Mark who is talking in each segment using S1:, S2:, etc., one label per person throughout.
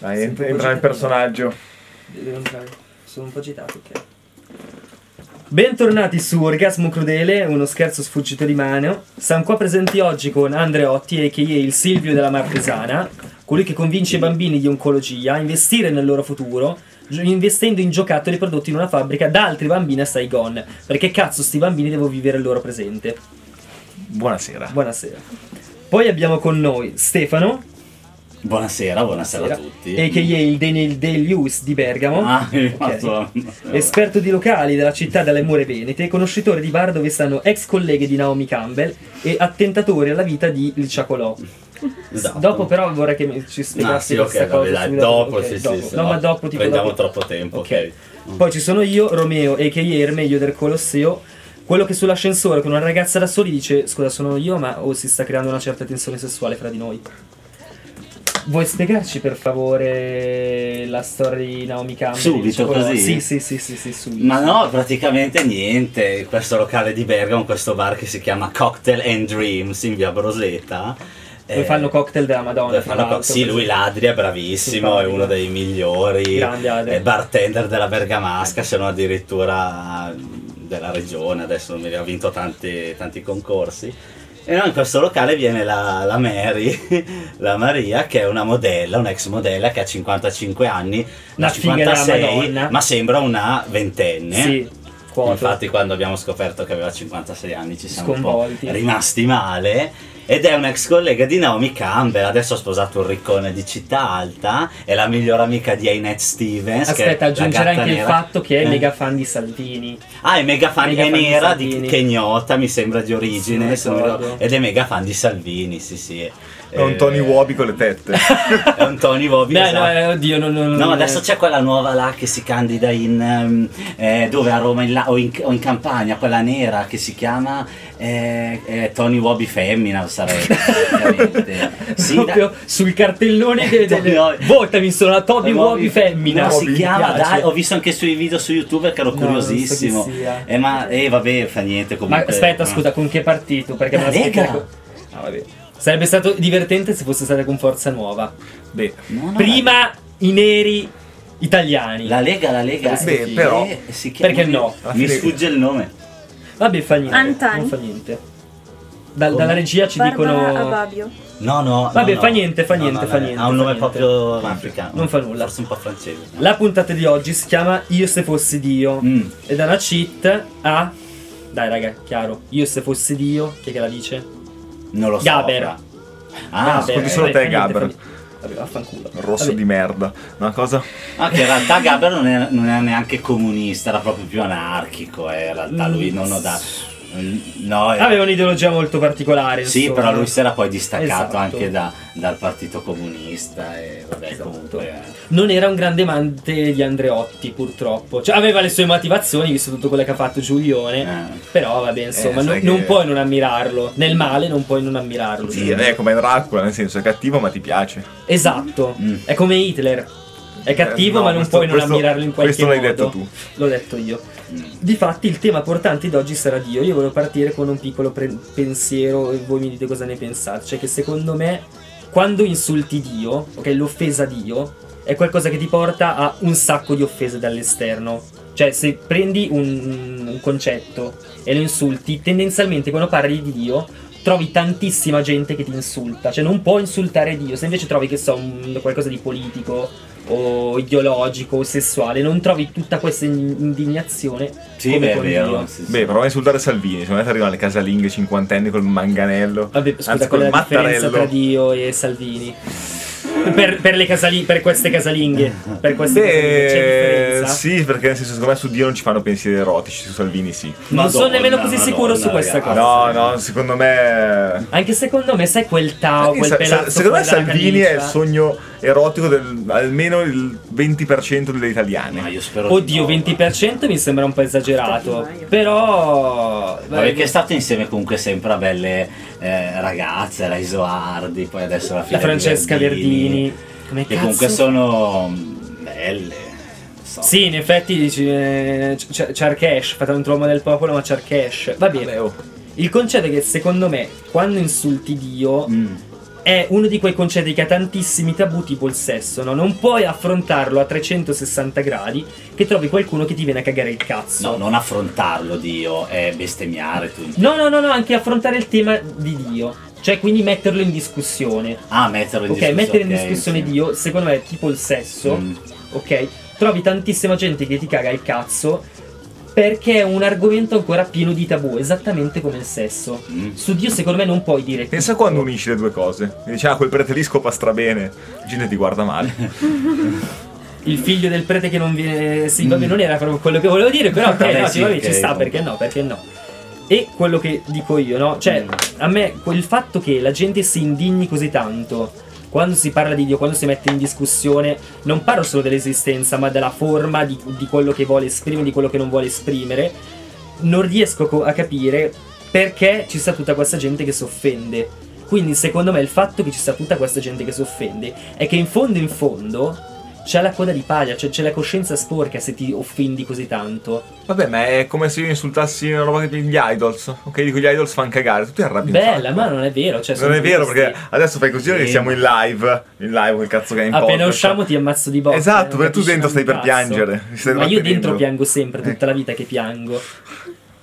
S1: Dai,
S2: Sento
S1: entra, entra nel
S2: così.
S1: personaggio.
S2: Devo entrare. Sono un po' agitato, ok. Bentornati su Orgasmo Crudele, uno scherzo sfuggito di mano. Siamo qua presenti oggi con Andreotti, a.k.a. il Silvio della Martesana, colui che convince i bambini di oncologia a investire nel loro futuro, gio- investendo in giocattoli prodotti in una fabbrica da altri bambini a Saigon. Perché cazzo sti bambini devo vivere il loro presente.
S1: Buonasera.
S2: Buonasera. Poi abbiamo con noi Stefano,
S3: Buonasera, buonasera,
S2: a
S3: a tutti.
S2: a.k.a. il Daniel Day-Lewis di Bergamo.
S3: Ah, è
S2: Ok.
S3: rimasto-
S2: Esperto di locali della città delle mura venete, conoscitore di bar dove stanno ex colleghe di Naomi Campbell e attentatore alla vita di Il Ciacolò.
S3: Esatto.
S2: Dopo però vorrei che mi- ci
S3: Ah,
S2: spiegassi
S3: sì, ok,
S2: questa
S3: vabbè,
S2: cosa.
S3: dai,
S2: sulla-
S3: dopo,
S2: ok,
S3: sì,
S2: dopo.
S3: sì, sì.
S2: No,
S3: no,
S2: ma dopo tipo...
S3: Prendiamo
S2: dopo.
S3: troppo tempo, ok.
S2: Ok. Poi ci sono io, Romeo, a.k.a. Ermeglio del Colosseo, quello che sull'ascensore con una ragazza da soli dice scusa sono io ma oh, si sta creando una certa tensione sessuale fra di noi. Vuoi spiegarci per favore la storia di Naomi Campbell?
S3: Subito,
S2: Il Ciacolò?
S3: così?
S2: Sì, sì, sì, sì, sì, subito.
S3: Ma no, praticamente niente. Questo locale di Bergamo, questo bar che si chiama Cocktail and Dreams in via Broseta.
S2: Dove fanno cocktail della Madonna,
S3: Eh, dove
S2: tra
S3: fanno co-
S2: l'altro,
S3: sì,
S2: per
S3: lui
S2: esempio.
S3: l'Adria è bravissimo, è uno dei migliori
S2: Grande Adria.
S3: eh, bartender della Bergamasca, se non addirittura mm, della regione, adesso non mi ricordo, ha vinto tanti, tanti concorsi. E no, in questo locale viene la, la Mary, la Maria, che è una modella, un'ex modella che ha 55 anni,
S2: Una
S3: no,
S2: figa della
S3: 56,
S2: Madonna.
S3: ma sembra una ventenne.
S2: Sì, quota.
S3: eh. Infatti, quando abbiamo scoperto che aveva 56 anni, ci siamo
S2: Sconvolti.
S3: un po' rimasti male. Ed è un'ex collega di Naomi Campbell. Adesso ha sposato un riccone di città alta. È la migliore amica di Annette Stevens. che
S2: Aspetta,
S3: è la
S2: aggiungere
S3: gatta
S2: anche il
S3: nera.
S2: fatto che è
S3: Eh.
S2: mega fan di Salvini.
S3: Ah, è mega fan,
S2: mega
S3: è
S2: fan di
S3: nera di,
S2: Salvini.
S3: Kenyota, mi sembra di origine.
S2: Sì,
S3: se
S2: non
S3: non mi ricordo.
S2: ricordo.
S3: Ed è mega fan di Salvini, sì, sì. Eh,
S1: È un
S2: Eh,
S1: Tony Uobi con le tette.
S3: È un Tony Wobi.
S2: Beh,
S3: esatto.
S2: no, eh, oddio, no, no, no.
S3: No,
S2: no,
S3: adesso
S2: eh.
S3: c'è quella nuova là che si candida in ehm, eh, dove a Roma in là- o, in, o in Campania, quella nera che si chiama eh, eh, Tony Wobby Femmina, sarebbe praticamente. Sì, da-
S2: Proprio sul cartellone de-
S3: Eh, Toby
S2: delle...
S3: Wobby.
S2: Votami, sono la Toby Wobby femmina.
S3: No, si
S1: Wobby,
S3: chiama,
S2: mi piace.
S3: dai, ho visto anche sui video su YouTube che ero
S2: No, non
S3: curiosissimo.
S2: so chi sia.
S3: eh, ma eh, vabbè, fa niente
S2: Ma
S3: comunque.
S2: aspetta,
S3: eh.
S2: scusa, con che partito? Perché me
S3: La
S2: la
S3: Lega.
S2: spiego- Ah, vabbè. Sarebbe stato divertente se fosse stata con Forza Nuova.
S1: Beh,
S3: Ah, No, no,
S2: Prima i neri italiani.
S3: la Lega, la Lega.
S1: Beh,
S3: eh,
S1: però-
S3: si chiama-
S2: Perché no?
S1: Alla
S3: Mi
S1: fine-
S3: sfugge il nome.
S2: Vabbè, fa niente.
S4: Antani.
S2: Non fa niente. Dal-
S1: Come?
S2: dalla regia ci
S4: Barbara
S2: dicono...
S4: Ababio.
S3: No, no.
S2: Vabbè,
S3: no,
S2: fa
S3: no.
S2: niente, fa
S3: No,
S2: niente,
S3: no,
S2: fa
S3: no,
S2: niente,
S3: Ha un
S2: fa
S3: nome
S2: niente.
S3: proprio africano.
S2: Non fa nulla.
S3: Forse un po' francese.
S2: La puntata di oggi si chiama Io se fossi Dio.
S3: Mm.
S2: E da una cheat a. Dai, raga, chiaro. Io se fossi Dio, chi è che la dice?
S3: Non lo so.
S2: Gaber.
S3: fra. Ah,
S2: Vabbè,
S1: ascolti solo
S2: vabbè,
S1: te,
S2: fa niente,
S1: Gabber.
S2: fa niente. Vabbè, vaffanculo.
S1: rosso
S2: Vabbè.
S1: di merda. Una cosa.
S3: ah, che in realtà Gaber non è, non è neanche comunista, era proprio più anarchico. eh, in realtà lui non ho da. No, eh,
S2: Aveva un'ideologia molto particolare.
S3: sì,
S2: insomma.
S3: però lui si era poi distaccato
S2: Esatto.
S3: anche da- dal partito comunista. E vabbè,
S2: Esatto.
S3: comunque. eh.
S2: Non era un grande amante di Andreotti, purtroppo. Cioè, aveva le sue motivazioni, visto tutto quello che ha fatto Giulione.
S3: Eh.
S2: Però, vabbè, insomma,
S1: sai
S2: non,
S1: che-
S2: non puoi non ammirarlo. Nel male, non puoi non ammirarlo.
S1: Sì, è eh, come Dracula, nel senso è cattivo ma ti piace.
S2: Esatto,
S3: Mm.
S2: è come Hitler. È
S1: Eh, no,
S2: cattivo, ma non
S1: questo-
S2: puoi non
S1: questo-
S2: ammirarlo in qualche
S1: questo
S2: modo.
S1: l'hai detto tu.
S2: L'ho detto io.
S3: mm.
S2: Difatti, il tema portante di oggi sarà Dio. Io volevo partire con un piccolo pre- pensiero e voi mi dite cosa ne pensate. Cioè, che secondo me, quando insulti Dio, ok, l'offesa a Dio, è qualcosa che ti porta a un sacco di offese dall'esterno. Cioè, se prendi un, un concetto e lo insulti, tendenzialmente quando parli di Dio trovi tantissima gente che ti insulta, cioè non può insultare Dio, se invece trovi che so un- qualcosa di politico o ideologico o sessuale, non trovi tutta questa in- indignazione
S3: Sì,
S2: come
S3: beh, è
S2: con
S3: vero.
S2: Dio.
S3: sì, sì.
S1: Beh, prova a insultare Salvini. Secondo me ti arrivano le casalinghe cinquantenni col manganello.
S2: Vabbè, scusa,
S1: Anzi,
S2: qual è
S1: col
S2: la differenza
S1: mattarello.
S2: tra Dio e Salvini? Per, per le casali- per queste casalinghe, per queste casalinghe c'è
S1: Beh,
S2: differenza?
S1: sì, perché nel senso, secondo me su Dio non ci fanno pensieri erotici, su Salvini sì.
S2: Non sono
S3: Madonna,
S2: nemmeno così sicuro su
S3: Madonna,
S2: questa
S3: ragazzi.
S2: cosa.
S1: No, no, secondo me.
S2: Anche secondo me, sai quel Tao,
S1: Sa-
S2: Ah, quel
S1: sa-
S2: pelazzo
S1: Eh, secondo me
S2: fuori dalla
S1: Salvini è il
S2: camicia?
S1: sogno erotico del almeno il 20% delle italiane.
S3: Ma io spero. di
S2: Oddio,
S3: no, ma-
S2: 20% mi sembra un po' esagerato.
S4: Di Maio.
S2: Però.
S3: Ma perché è stato insieme comunque sempre a belle eh, ragazze, la Isoardi, poi adesso la figlia
S2: la
S3: di
S2: Francesca Verdini. Come
S3: che
S2: cazzo?
S3: comunque sono mm, belle. non so.
S2: Sì, in effetti dice. eh, c- c- Charkesh, fate un tromo del popolo, ma Charkesh. Va bene.
S1: Vabbè, oh.
S2: Il concetto è che secondo me, quando insulti Dio,
S3: Mm.
S2: è è uno di quei concetti che ha tantissimi tabù tipo il sesso, no? Non puoi affrontarlo a 360 gradi che trovi qualcuno che ti viene a cagare il cazzo.
S3: No, non affrontarlo Dio, è bestemmiare tu.
S2: No, no, no, no, anche affrontare il tema di Dio. Cioè, quindi metterlo in discussione.
S3: Ah, metterlo in
S2: ok,
S3: discussione.
S2: mettere in
S3: ok,
S2: discussione
S3: sì.
S2: Dio, secondo me, è tipo il sesso.
S3: Mm.
S2: Ok? Trovi tantissima gente che ti caga il cazzo perché è un argomento ancora pieno di tabù, esattamente come il sesso.
S3: Mm.
S2: Su Dio, secondo me, non puoi dire.
S1: Pensa
S2: tutto.
S1: quando unisci le due cose. E dici, ah, quel prete lì scopa strabene. La gente ti guarda male.
S2: Il figlio del prete che non viene. Sì,
S3: Mm.
S2: vabbè, non era proprio quello che volevo dire, però ok,
S3: Vabbè,
S2: no,
S3: sì,
S2: sì, vabbè,
S3: ok,
S2: ci sta,
S3: comunque.
S2: perché no, perché no. E quello che dico io, no? Cioè,
S3: Mm.
S2: a me il fatto che la gente si indigni così tanto quando si parla di Dio, quando si mette in discussione, non parlo solo dell'esistenza, ma della forma di, di quello che vuole esprimere, di quello che non vuole esprimere, non riesco co- a capire perché ci sta tutta questa gente che si offende. Quindi, secondo me, il fatto che ci sia tutta questa gente che si offende è che in fondo in fondo c'è la coda di paglia, cioè c'è la coscienza sporca se ti offendi così tanto.
S1: Vabbè, ma è come se io insultassi una roba che gli idols. Ok, dico gli idols fanno cagare. Tutti arrabbiati.
S2: Bella, ma non è vero. Cioè,
S1: Non
S2: sono
S1: è vero
S2: questi-
S1: perché adesso fai così
S3: Sì.
S1: che siamo in live. In live quel cazzo che è in
S2: Appena
S1: podcast.
S2: usciamo ti ammazzo di botte.
S1: Esatto,
S2: non
S1: perché tu
S2: capisci
S1: dentro stai
S2: un
S1: per
S2: cazzo.
S1: piangere, stai Eh.
S2: Ma io dentro
S1: trattenendo.
S2: piango sempre, tutta la vita che piango.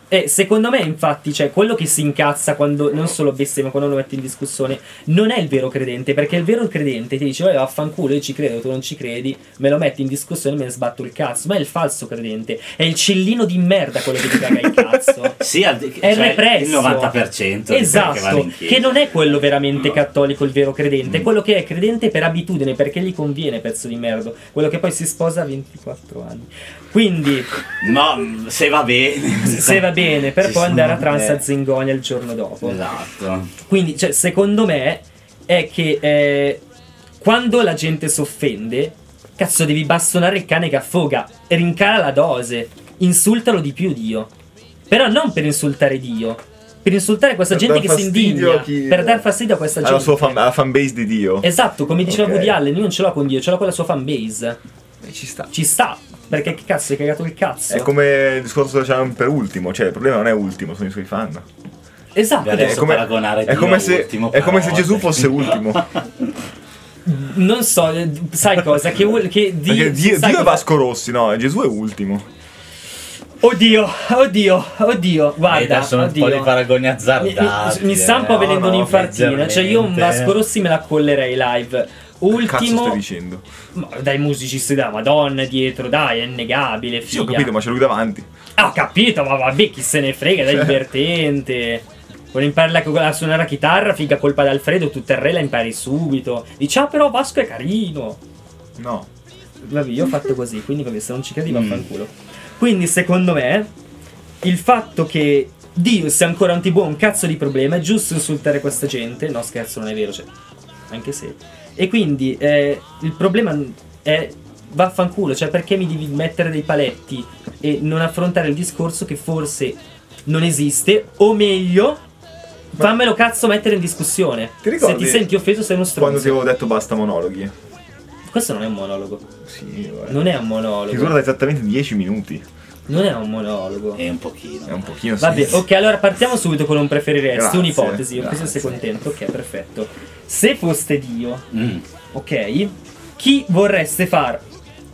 S2: E secondo me, infatti, cioè, quello che si incazza quando non solo bestemmia, quando lo mette in discussione, non è il vero credente, perché il vero credente ti dice: Vabbè, vaffanculo, io ci credo, tu non ci credi, me lo metti in discussione e me ne sbatto il cazzo. Ma è il falso credente, è il cellino di merda quello che ti caga il cazzo.
S3: Sì, al-
S2: È
S3: cioè,
S2: represso.
S3: il 90% che, vanno
S2: esatto,
S3: in chiesa.
S2: che non è quello veramente
S3: No.
S2: cattolico, il vero credente, è
S3: Mm.
S2: quello che è credente per abitudine, perché gli conviene, pezzo di merda. Quello che poi si sposa a 24 anni. Quindi,
S3: No, mm, se va bene.
S2: se va bene, per
S3: Ci
S2: poi andare a
S3: sono-
S2: trans a
S3: eh,
S2: Zingonia il giorno dopo.
S3: Esatto.
S2: Quindi, cioè, secondo me è che eh, quando la gente si offende, cazzo, devi bastonare il cane che affoga, rincara la dose, insultalo di più Dio. Però non per insultare Dio, per insultare questa
S1: Per
S2: gente
S1: dar
S2: che si
S1: fastidio
S2: indigna,
S1: a chi-
S2: per dar fastidio a questa
S1: Alla
S2: gente.
S1: sua fan, alla fanbase di Dio.
S2: Esatto, come diceva
S1: Ok.
S2: Woody Allen, io non ce l'ho con Dio, ce l'ho con la sua fanbase.
S1: E ci sta.
S2: Ci sta, perché che cazzo, hai cagato il cazzo.
S1: È come il discorso che facevamo per ultimo, cioè il problema non è ultimo, sono i suoi fan.
S2: Esatto,
S3: Adesso
S1: È come-
S3: paragonare
S1: è
S3: Dio
S1: come se-
S3: ultimo,
S1: è come
S3: però-
S1: se Gesù fosse ultimo.
S2: non so, eh, sai cosa, che, vuol- che Dio...
S1: Perché Dio, Dio
S2: sai
S1: è
S2: cosa-
S1: Vasco Rossi, no, Gesù è ultimo.
S2: Oddio, oddio, oddio,
S3: Eh,
S2: guarda,
S3: adesso sono
S2: oddio.
S3: un po' di paragoni
S2: mi,
S3: azzardati.
S2: mi, mi sta un po'
S3: eh,
S2: venendo
S1: no, no,
S2: un'infartina, cioè io un
S3: leggermente.
S2: Vasco Rossi me la collerei live.
S1: Che Cazzo stai
S2: Ultimo,
S1: dicendo?
S2: ma dai musicisti da Madonna dietro, dai, è innegabile,
S1: Sì, ho
S2: figa.
S1: capito, ma c'è lui davanti.
S2: Ah, ho capito, ma vabbè, chi se ne frega, dai,
S1: Cioè.
S2: divertente. Vuole imparare a suonare la chitarra, figa colpa di Alfredo, tu il re la impari subito. Dici, ah, però Vasco è carino.
S1: No.
S2: Vabbè, io ho fatto così, quindi vabbè, se non ci credi,
S3: Mm.
S2: vaffanculo. Quindi, secondo me, il fatto che Dio sia ancora un tipo un cazzo di problema è giusto insultare questa gente. No, scherzo, non è vero, cioè, anche se. E quindi, eh, il problema è vaffanculo, cioè, perché mi devi mettere dei paletti e non affrontare il discorso che forse non esiste, o meglio,
S1: Ma-
S2: fammelo cazzo mettere in discussione.
S1: Ti
S2: se
S1: ricordi
S2: ti senti offeso, sei uno stronzo.
S1: Quando ti avevo detto basta monologhi.
S2: Questo non è un monologo.
S1: Sì, vabbè.
S2: Non è un
S1: Che
S2: monologo.
S1: dura esattamente 10 minuti.
S2: Non è un monologo.
S3: È un pochino.
S1: È un pochino
S2: Vabbè,
S1: sì.
S2: ok, allora partiamo subito con un preferiresti,
S1: Grazie,
S2: un'ipotesi. Io
S1: grazie.
S2: penso sei contento, ok, perfetto. Se foste Dio,
S3: Mm.
S2: ok, chi vorreste far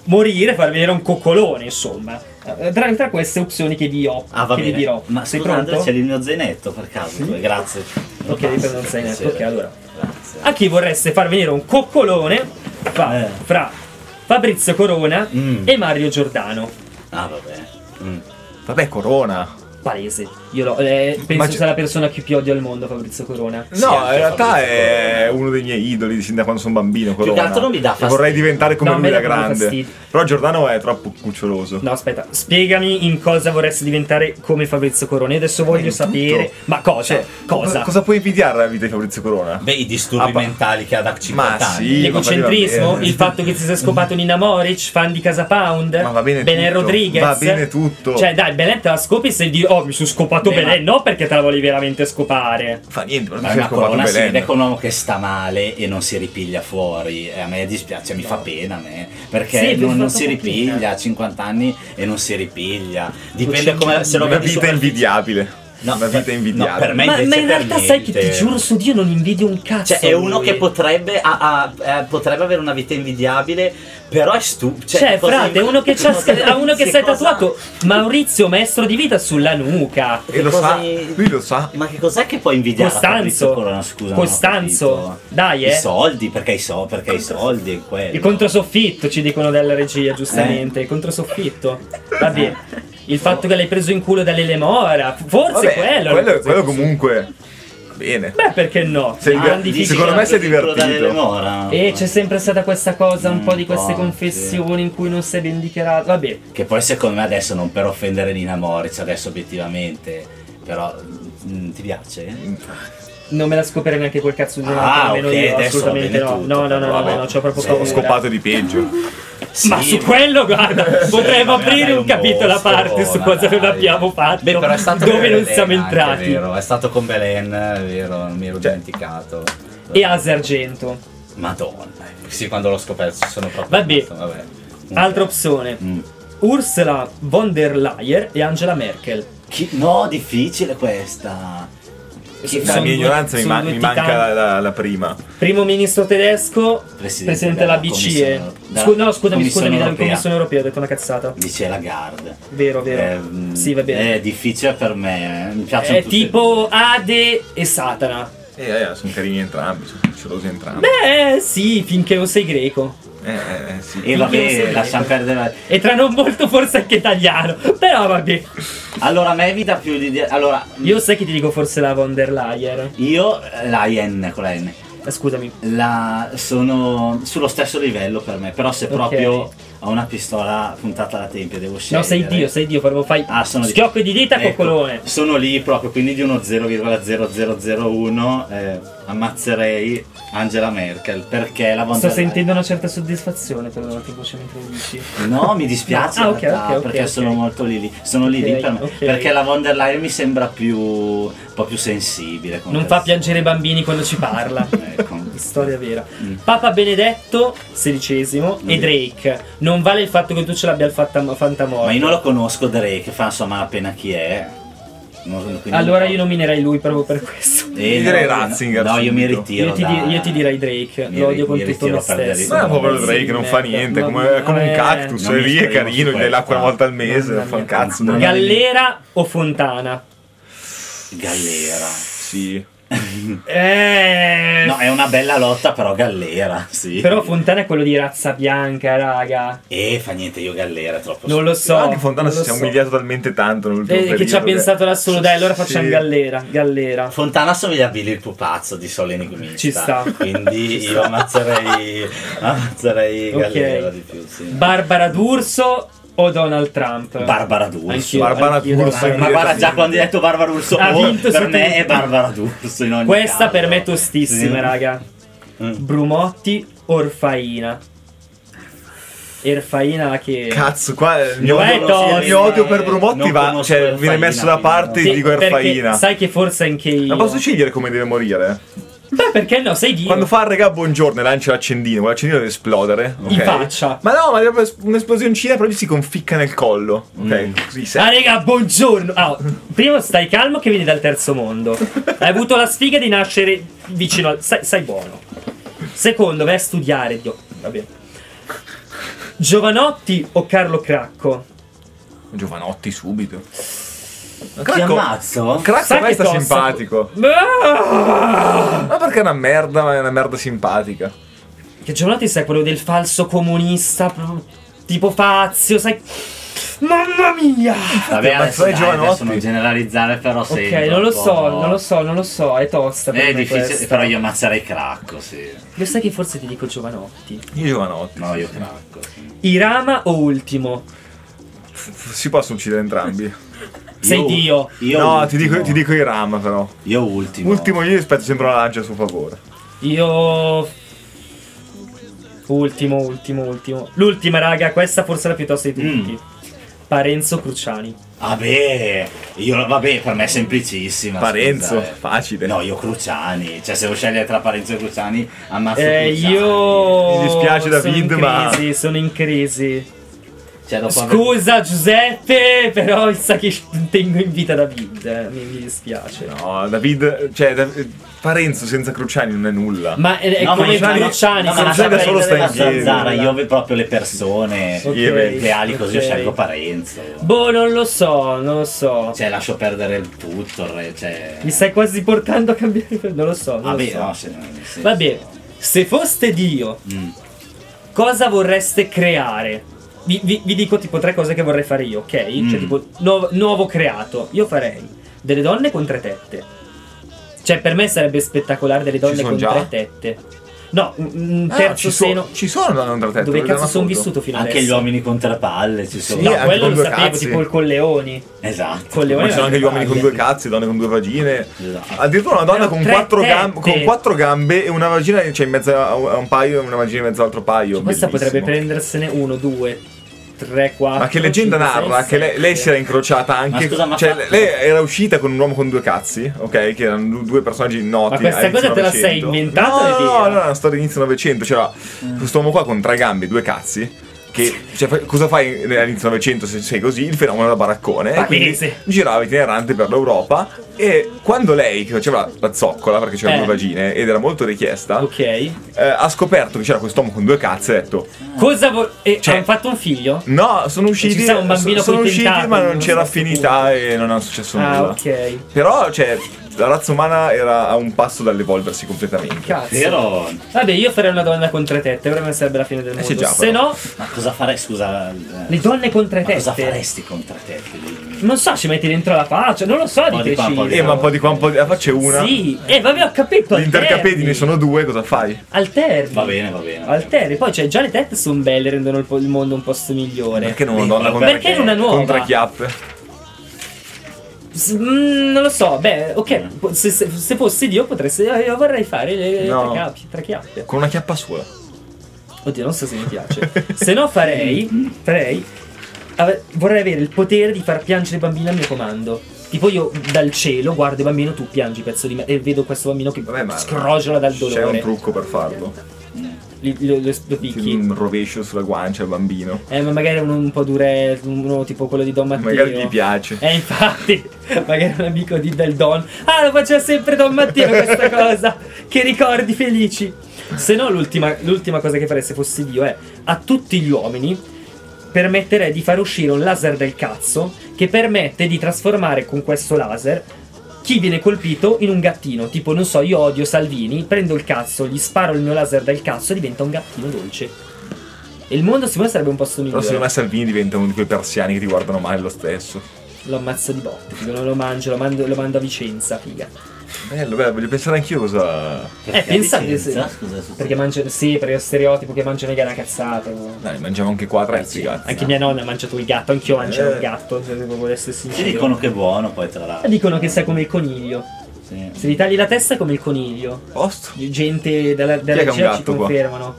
S2: morire, far venire un coccolone, insomma? Eh, Tra, tra queste opzioni che vi ho,
S3: Ah, va
S2: che
S3: bene.
S2: vi dirò.
S3: Ma
S2: sei
S3: scusa,
S2: pronto?
S3: Andrea, c'è il mio zainetto per caso. Grazie.
S2: Ok, devi prendere un zainetto,
S3: Piacere.
S2: ok, allora.
S3: Grazie.
S2: A chi vorreste far venire un coccolone fa-
S3: Eh.
S2: fra Fabrizio Corona
S3: Mm.
S2: e Mario Giordano?
S3: Ah, vabbè. Mm.
S1: Vabbè, Corona.
S2: Palese. Io lo, eh, penso
S1: Ma c'è-
S2: sia la persona che più odio al mondo, Fabrizio Corona.
S1: No,
S3: Sì, anche
S1: in realtà
S3: Fabrizio
S1: è
S3: Corona.
S1: uno dei miei idoli sin da quando sono bambino. Corona.
S3: altro non mi dà
S1: E
S3: fastidio.
S1: Vorrei diventare come
S2: No, a me
S1: lui da
S2: dà proprio
S1: grande.
S2: fastidio.
S1: Però Giordano è troppo cuccioloso.
S2: No, aspetta, spiegami in cosa vorresti diventare come Fabrizio Corona. Io Adesso voglio
S1: in tutto.
S2: sapere. Ma cosa?
S1: Cioè,
S2: cosa?
S1: Cosa puoi invidiare alla vita di Fabrizio Corona?
S3: Beh, i disturbi
S1: Ah, ma-
S3: mentali che ha da 50
S1: Ma
S3: anni.
S1: sì. ma
S2: L'egocentrismo?
S1: va bene.
S2: Il fatto che ti sei scopato Nina Moric, fan di Casa Pound?
S1: Ma va bene
S2: Belen
S1: tutto,
S2: Rodriguez?
S1: va bene tutto.
S2: Cioè, dai, Belen te la scopi se di oh, mi sono scopato
S3: Beh,
S2: Belen. No, perché te la volevi veramente scopare.
S1: Fa niente, però
S3: Ma
S1: ti sei
S3: una
S1: scopato
S3: corona si vede
S1: Belen.
S3: con un uomo che sta male e non si ripiglia fuori. E a me dispiace, mi fa pena a me.
S2: Sì,
S3: Perché
S2: mi
S3: non,
S2: fa
S3: non
S2: proprio
S3: si ripiglia,
S2: pena.
S3: ha 50 anni e non si ripiglia. Dipende come se lo
S1: Una
S3: vedi
S1: vita
S3: superfici-
S1: invidiabile.
S3: No,
S1: una vita
S3: per-
S1: invidiata.
S3: no, per me-
S2: Ma, ma
S3: invece
S2: in realtà sai che
S3: niente.
S2: ti giuro su Dio non invidio un cazzo.
S3: Cioè, è
S2: a
S3: uno
S2: lui.
S3: che potrebbe, ha- ha- eh, potrebbe avere una vita invidiabile, però è stupido.
S2: Cioè, frate, uno che c'ha sc- ha uno che si è tatuato Maurizio Maestro di vita sulla nuca.
S1: E lo sa, lui lo sa.
S3: Ma che cos'è che può invidiare? a
S2: Costanzo.
S3: Fabrizio Corona, scusa, non ho
S2: Costanzo.
S3: capito.
S2: Dai, eh.
S3: I soldi, perché i, so- perché i soldi, è quello.
S2: Il controsoffitto ci dicono dalla regia, giustamente.
S1: Eh.
S2: Il controsoffitto. Vabbè. Il fatto che l'hai preso in culo dall'Elemora. Forse
S1: Vabbè,
S2: quello.
S1: quello, quello comunque. Bene.
S2: Beh, perché no?
S1: Se-
S2: Grandi
S1: dici-
S2: fighe.
S1: Ah, secondo me si è divertito.
S2: E Eh, c'è sempre stata questa cosa, un po' di queste
S3: Mm,
S2: confessioni in cui non si è vendicherato. Vabbè.
S3: Che poi secondo me adesso non per offendere Nina Moritz, adesso obiettivamente, però mm, ti piace?
S2: Non me la scoprirei neanche quel cazzo di giornata,
S3: Ah,
S2: nemmeno
S3: ok,
S2: io,
S3: adesso
S2: assolutamente
S3: va
S2: no.
S3: bene
S2: no. No,
S3: tutto,
S2: no, no,
S3: vabbè.
S2: no, no, c'ho proprio
S1: Ho
S2: paura.
S1: scopato di peggio.
S2: Ma
S3: Sì,
S2: su quello, guarda, potremmo
S3: vabbè,
S2: aprire
S3: dai,
S2: un capitolo a
S3: mostro,
S2: parte su
S3: ma
S2: cosa
S3: dai.
S2: non abbiamo fatto,
S3: Beh, però è stato
S2: dove
S3: con
S2: non
S3: Belen
S2: siamo
S3: anche,
S2: entrati. Cioè,
S3: vero, è stato con Belen, è vero, non mi ero dimenticato.
S2: E Ase Argento,
S3: Madonna. Sì, quando l'ho scoperto ci sono proprio.
S2: Vabbè.
S3: rimasto, vabbè.
S2: altra opzione,
S3: Mm.
S2: Ursula von der Leyen e Angela Merkel.
S3: Chi- No, difficile questa. Chi-
S2: Sì,
S1: La
S2: Sono
S1: mia
S2: due-
S1: ignoranza mi,
S2: sono
S1: man-
S2: due
S1: mi manca la,
S2: titani.
S1: la- la prima.
S2: Primo ministro tedesco,
S3: Presidente
S2: presidente,
S3: della
S2: della BCE.
S3: Commissione-
S2: Scu-
S3: della
S2: no, scusami,
S3: Commissione
S2: scusami, della
S3: Europea.
S2: Commissione Europea, ho detto una cazzata.
S3: Dice Lagarde.
S2: Vero, vero.
S3: Ehm,
S2: sì, va bene.
S3: È difficile per me. eh. Mi piacciono
S2: È
S3: tutte e
S2: tipo Ade e Satana.
S1: Eh, eh, sono carini entrambi, sono picciosi entrambi.
S2: Beh, sì, finché non sei greco.
S1: Eh, eh, eh, sì.
S3: due. E
S2: Io
S3: vabbè,
S2: so-
S3: lasciamo perdere.
S2: E tra non molto forse anche italiano. Però vabbè.
S3: Allora, a me mi dà più l'idea. Allora,
S2: Io sai che ti dico forse la von der Leyen.
S3: io eh, la IN con la N.
S2: Eh, Scusami.
S3: La sono sullo stesso livello per me, però se
S2: Ok.
S3: proprio ho una pistola puntata alla tempia devo
S2: No,
S3: scegliere.
S2: sei Dio, sei Dio, proprio fai
S3: Ah, sono di-
S2: schiocco di dita
S3: Ecco,
S2: coccolone.
S3: Sono lì proprio, quindi di uno 0,0001 eh, ammazzerei Angela Merkel perché la von
S2: Sto
S3: der Leyen-
S2: sentendo una certa soddisfazione per la tua voce mentre lo dici.
S3: No, mi dispiace
S2: Ah,
S3: in
S2: ok,
S3: realtà,
S2: ok, ok,
S3: perché
S2: ok.
S3: sono molto lì lì. Sono lì lì
S2: Ok,
S3: per me.
S2: ok.
S3: Perché la von der Leyen mi sembra più un po' più sensibile. come
S2: Non fa
S3: persona.
S2: piangere i bambini quando ci parla.
S3: Ecco.
S2: Storia vera.
S3: Mm.
S2: Papa Benedetto XVI e
S3: Mm.
S2: Drake. Non vale il fatto che tu ce l'abbia il fatta- fantamorto.
S3: Ma io non lo conosco Drake, fa insomma appena chi è. Non- quindi-
S2: Allora io nominerei lui proprio per questo.
S3: Eh,
S1: Io direi
S3: no, no,
S1: Ratzinger
S3: No, io mi
S1: subito.
S3: ritiro.
S2: Io ti,
S3: da-
S2: di- io ti direi Drake,
S3: mi
S2: lo
S3: ri-
S2: odio con
S3: mi
S2: tutto
S3: ritiro
S2: me
S3: per dare-
S2: stesso.
S1: Ma povero
S2: Sì,
S1: Drake non
S2: merda.
S1: fa niente,
S2: Ma-
S1: come, come un
S2: eh,
S1: cactus,
S3: non
S1: è
S3: mi
S1: lì è
S3: esprimo su
S1: carino, gli dai l'acqua una volta
S3: questo.
S1: al mese,
S2: Mamma
S1: non fa un
S2: mia.
S1: cazzo.
S3: Non-
S2: Gallera o Fontana?
S3: Gallera.
S1: Sì.
S2: Eh,
S3: No, è una bella lotta, però Gallera, sì.
S2: Però Fontana è quello di razza bianca, raga.
S3: E fa niente, io Gallera è troppo.
S2: Non lo so.
S1: anche Fontana
S2: non
S1: si
S2: lo
S1: è
S2: so.
S1: umiliato talmente tanto nell'ultimo
S2: Eh, che ci ha
S1: periodo
S2: pensato da solo, dai, allora facciamo
S1: Sì.
S2: Gallera. Gallera.
S3: Fontana somiglia a Billy il pupazzo di Sole Enigmista.
S2: Ci sta.
S3: Quindi
S2: Ci
S3: io
S2: sta.
S3: ammazzerei, ammazzerei
S2: Ok.
S3: Gallera di più, sì.
S2: Barbara D'Urso o Donald Trump?
S3: Barbara D'Urso.
S2: Anch'io.
S1: Barbara
S2: Anch'io
S1: D'Urso
S2: devo-
S3: Ma guarda già
S1: Direttamente.
S3: quando hai detto Barbara D'Urso,
S2: Ha
S3: oh,
S2: vinto
S3: per
S2: su
S3: me
S2: tutti.
S3: è Barbara D'Urso in ogni
S2: Questa
S3: caso.
S2: per me è tostissima,
S3: Sì.
S2: raga.
S3: Mm.
S2: Brumotti, Orfaina. Erfaina che...
S1: Cazzo, qua il mio,
S2: Lo è
S1: odio- il
S2: tosto,
S1: mio odio
S3: eh.
S1: per Brumotti
S3: Non
S1: va,
S3: conosco
S1: cioè
S3: Erfaina,
S1: viene messo da parte e
S3: quindi
S2: Sì,
S1: dico
S2: perché
S1: Erfaina.
S2: Sai che forse anche
S1: Ma
S2: io...
S1: posso scegliere come deve morire?
S2: Beh, perché no? Sei Dio.
S1: Quando fa il regà buongiorno e lancia l'accendino, quell'accendino deve esplodere. ok?
S2: In faccia.
S1: Ma no, ma è proprio un'esplosioncina, però gli si conficca nel collo. Ok,
S3: Mm.
S1: così se-
S2: Ah, raga, buongiorno. Ah, prima stai calmo che vieni dal terzo mondo. Hai avuto la sfiga di nascere vicino al. Sai, sai buono. Secondo, vai a studiare. Dio. Va bene. Giovanotti o Carlo Cracco?
S1: Giovanotti subito.
S3: Ti
S1: Cracco,
S3: ammazzo?
S1: Cracco a me
S2: che
S1: sta
S2: tosta-
S1: simpatico.
S2: Ah!
S1: Ma perché è una merda, ma è una merda simpatica.
S2: Che Giovanotti sai quello del falso comunista. proprio Tipo Fazio, sai. Mamma mia!
S3: Vabbè,
S1: Ti
S3: adesso,
S1: ammazzerei
S3: dai, adesso
S1: Giovanotti.
S3: non generalizzare, però
S2: Ok,
S3: sempre
S2: non lo
S3: un po'.
S2: so, non lo so, non lo so, è tosta. per
S3: È
S2: me
S3: difficile,
S2: questa.
S3: però io ammazzerei Cracco, sì.
S2: Io sai che forse ti dico Giovanotti.
S1: Io Giovanotti.
S3: No, io Cracco. sì.
S2: Irama o ultimo?
S1: F- Si possono uccidere entrambi.
S2: Sei
S3: Io-
S2: Dio.
S3: Io
S1: no,
S3: ultimo.
S1: ti dico, ti dico i Ram però.
S3: Io ultimo.
S1: Ultimo io aspetto sempre una lancia a suo favore.
S2: Io. Ultimo, ultimo, ultimo. L'ultima, raga, questa forse è la più tosta di
S3: Mm.
S2: tutti. Parenzo Cruciani.
S3: Vabbè, io, vabbè, per me è semplicissima.
S1: Parenzo,
S3: scusa, eh.
S1: facile.
S3: No, io Cruciani. Cioè, se devo scegliere tra Parenzo e Cruciani, ammazzo
S2: Eh,
S3: Cruciani.
S2: io.
S1: Mi dispiace,
S2: sono in
S1: David, ma-
S2: crisi, Sono in crisi.
S3: Cioè, dopo aver-
S2: Scusa Giuseppe, però mi sa che tengo in vita David, eh, mi, mi dispiace.
S1: No, David, cioè, Da- Parenzo senza Cruciani non è nulla.
S2: Ma è, è
S3: No, ma
S2: come
S3: Luciani-
S2: Cruciani,
S3: no, ma
S2: senza
S1: Luciani da
S2: prendere
S1: solo sta in
S2: la
S1: piedi.
S3: Zanzara,
S2: zanzara.
S3: io vedo proprio le persone,
S1: Sì,
S2: Ok,
S3: le ali così, io
S2: ok.
S3: scelgo Parenzo.
S2: Boh, non lo so, non lo so.
S3: Cioè, lascio perdere il tutto, re- cioè...
S2: Mi stai quasi portando a cambiare. Non lo so, non
S3: Vabbè,
S2: lo so.
S3: no, se, nel senso-
S2: Vabbè, se foste Dio,
S3: Mm.
S2: cosa vorreste creare? Vi, vi- vi dico tipo tre cose che vorrei fare io, ok? Cioè,
S3: Mm.
S2: tipo, nuovo, nuovo creato. Io farei delle donne con tre tette. Cioè, per me sarebbe spettacolare delle donne
S1: son
S2: con
S1: già?
S2: tre tette. No, un, un
S1: Ah,
S2: terzo
S1: ci, so-
S2: seno.
S1: ci sono da andare a testa,
S2: Dove
S1: voglio
S2: cazzo
S1: dare
S2: sono
S1: una foto.
S2: vissuto fino
S3: Anche
S2: adesso?
S3: gli uomini con tre palle ci sono.
S1: Sì,
S2: No,
S1: anche
S2: quello
S1: con
S2: lo
S1: due
S2: sapevo,
S1: cazzi.
S2: tipo il colleoni.
S3: Esatto.
S2: Con le
S1: Ma ci sono anche gli uomini con due
S2: cazzo
S1: cazzi, donne con due vagine.
S3: Esatto.
S1: Addirittura una donna
S2: Erano
S1: con
S2: tre
S1: quattro,
S2: tette.
S1: gam- con quattro gambe e una vagina cioè in mezzo a a un paio e una vagina in mezzo all'altro paio.
S2: Cioè, Questa
S1: Bellissimo.
S2: potrebbe prendersene uno, due, tre, quattro.
S1: Ma che leggenda
S2: cinque, sei,
S1: narra che lei, lei si
S2: sette.
S1: era incrociata anche.
S3: Ma scusa, ma
S1: cioè,
S3: fa-
S1: lei era uscita con un uomo con due cazzi, ok? Che erano du- due personaggi noti.
S2: Ma questa
S1: all'inizio
S2: cosa te la sei
S1: Novecento.
S2: inventata Mm.
S1: No,
S2: o è
S1: no, no,
S2: vera?
S1: no, è una storia inizio Novecento. C'era questo uomo qua con tre gambe, e due cazzi. Che, cioè, fa- cosa fai all'inizio Novecento se sei così? Il fenomeno da baraccone. E quindi
S2: Palese.
S1: girava itinerante per l'Europa. E quando lei, che faceva la zoccola, perché c'erano
S2: Eh.
S1: due vagine ed era molto richiesta,
S2: Ok.
S1: eh, ha scoperto che c'era quest'uomo con due cazzi e ha detto:
S2: Cosa vuol... E
S1: Cioè-
S2: hanno fatto un figlio?
S1: No, sono usciti.
S2: Ci sta un bambino
S1: so- sono
S2: coi
S1: usciti,
S2: tentacoli,
S1: ma
S2: non
S1: non c'era
S2: so se
S1: affinità e non è successo
S2: Ah,
S1: nulla.
S2: ok.
S1: Però, cioè, la razza umana era a un passo dall'evolversi completamente.
S2: Cazzo.
S3: Però,
S2: Vabbè, io farei una donna con tre tette, ora mi sarebbe la fine del
S1: Eh
S2: mondo.
S1: sì, già,
S2: Se
S1: però.
S2: no,
S3: ma cosa farei? Scusa, eh,
S2: le donne con tre
S3: ma cosa
S2: tette.
S3: faresti con tre tette? Dimmi.
S2: Non so, ci metti dentro la faccia, non lo so
S3: po'
S2: di
S3: di
S1: E
S3: qua, un po'
S2: preciso.
S3: di
S1: Eh, ma un po' di qua, un po' di. La faccia è una.
S2: Sì, eh vabbè, ho capito.
S1: Gli intercapedi ne
S2: alterni.
S1: sono due, cosa fai?
S2: Alterni.
S3: Va bene, va bene. va bene.
S2: Alterni. Poi, cioè, già le tette sono belle, rendono il, po- il mondo un posto migliore.
S1: Perché non una
S3: Sì,
S1: donna con
S3: perché
S1: tre-
S3: non una
S2: nuova?
S1: Con tre chiappe.
S2: S- mm, non lo so, beh, ok. po- Se, se, se fossi Dio, potresti. eh, Io vorrei fare le
S1: No.
S2: tre, capi- tre chiappe.
S1: Con una chiappa sola.
S2: Oddio, non so se mi piace. se no, farei. farei ave- vorrei avere il potere di far piangere i bambini a mio comando. Tipo io dal cielo guardo il bambino, tu piangi pezzo di me e vedo questo bambino che
S1: Vabbè, ma.
S2: scroggiola dal
S1: C'è un
S2: dolore.
S1: trucco per farlo.
S2: Li- Lo, lo- lo
S1: Ti
S2: picchi.
S1: un rovescio sulla guancia al bambino.
S2: Eh, ma magari uno un po' dure, uno tipo quello di Don Matteo.
S1: Magari gli piace.
S2: Eh, infatti, magari un amico di Del Don. Ah, lo faceva sempre Don Matteo questa cosa. Che ricordi felici. Se no, l'ultima, l'ultima cosa che farei se fossi Dio è a tutti gli uomini permetterei di far uscire un laser del cazzo che permette di trasformare con questo laser chi viene colpito in un gattino. Tipo, non so, io odio Salvini, prendo il cazzo, gli sparo il mio laser del cazzo e diventa un gattino dolce. E il mondo secondo me sarebbe un posto
S1: Però
S2: migliore.
S1: secondo me Salvini diventa uno di quei persiani che ti guardano male lo stesso.
S2: Lo ammazzo di botte, figo, non lo mangio, lo mando, lo mando a Vicenza, figa.
S1: Bello, bello, voglio pensare anch'io cosa.
S2: Eh,
S3: Perché
S2: pensate se...
S3: Vicenza? Scusa, su-
S2: Perché mangia... Sì, perché è lo stereotipo che mangia vegana cazzata. no?
S1: Dai, mangiamo anche qua tre
S3: Eh sì.
S1: cazzi.
S2: Anche mia nonna ha mangiato il gatto, anch'io ho mangiato
S1: Eh.
S2: il gatto, cioè, se devo essere
S3: Ci
S2: sincero.
S3: dicono che è buono, poi tra l'altro.
S2: Dicono che sei come il coniglio.
S3: Sì.
S2: Se gli tagli la testa è come il coniglio.
S1: Posto?
S2: Gente dalla,
S1: è
S2: dalla
S1: che ha un
S2: regia ci
S1: gatto qua?
S2: confermano.